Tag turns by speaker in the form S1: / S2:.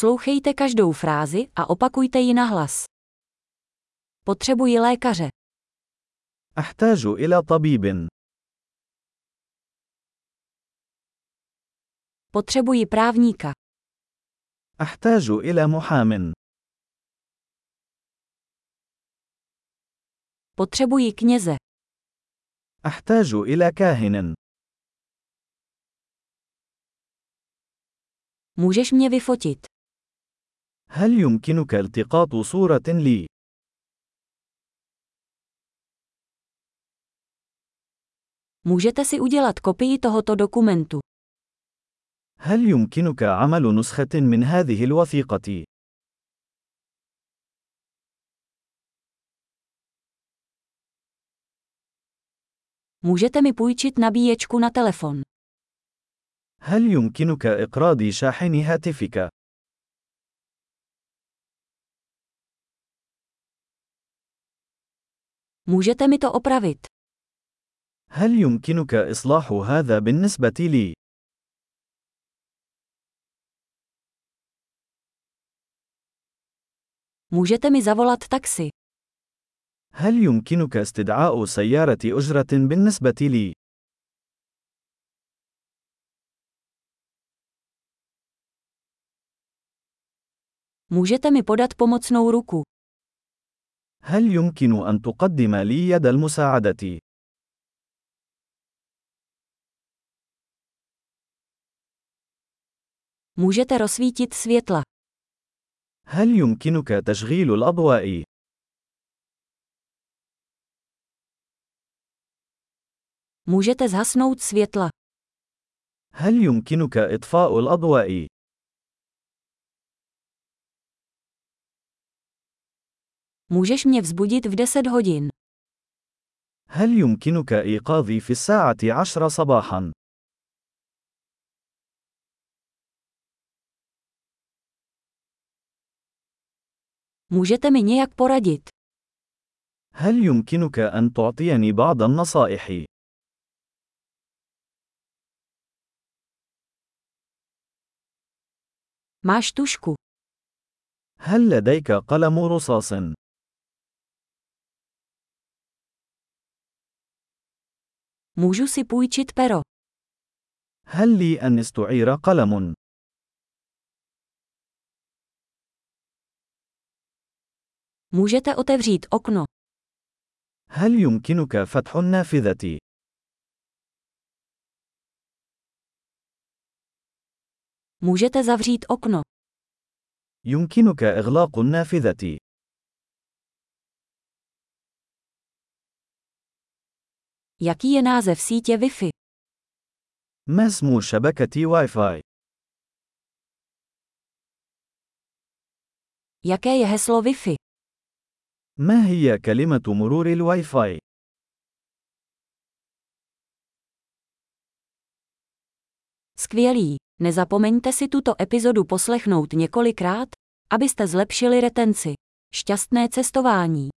S1: Poslouchejte každou frázi a opakujte ji nahlas. Potřebuji lékaře.
S2: أحتاج إلى طبيب.
S1: Potřebuji právníka.
S2: أحتاج إلى محام.
S1: Potřebuji kněze.
S2: أحتاج إلى كاهن.
S1: Můžeš mě vyfotit.
S2: هل يمكنك التقاط صورة لي؟
S1: Můžete si udělat kopii tohoto dokumentu.
S2: هل يمكنك عمل نسخة من هذه الوثيقة؟
S1: Můžete mi půjčit nabíječku na telefon.
S2: هل يمكنك إقراض شاحن هاتفك؟
S1: Můžete mi to opravit.
S2: هل يمكنك إصلاح هذا بالنسبة لي؟
S1: Můžete mi zavolat taxi.
S2: هل يمكنك استدعاء سيارة أجرة بالنسبة لي؟
S1: Můžete mi podat pomocnou ruku.
S2: هل يمكن أن تقدم لي يد المساعدة؟
S1: Můžete rozsvítit světla.
S2: هل يمكنك تشغيل الأضواء؟
S1: Můžete zhasnout světla.
S2: هل يمكنك إطفاء الأضواء؟
S1: Můžeš mě vzbudit v 10 hodin.
S2: هل يمكنك إيقاظي في الساعة عشر صباحا؟
S1: Můžete mi nějak poradit.
S2: هل يمكنك أن تعطيني بعض النصائح؟
S1: Máš tušku.
S2: هل لديك قلم رصاص؟
S1: Můžu si půjčit pero.
S2: هل لي أن استعير قلم؟
S1: Můžete otevřít okno.
S2: هل يمكنك فتح النافذة؟
S1: Můžete zavřít okno.
S2: يمكنك إغلاق النافذة.
S1: Jaký je název sítě Wi-Fi?
S2: ما اسم شبكة واي فاي؟
S1: Jaké je heslo Wi-Fi?
S2: ما هي كلمة مرور الواي فاي؟
S1: Skvělý. Nezapomeňte si tuto epizodu poslechnout několikrát, abyste zlepšili retenci. Šťastné cestování.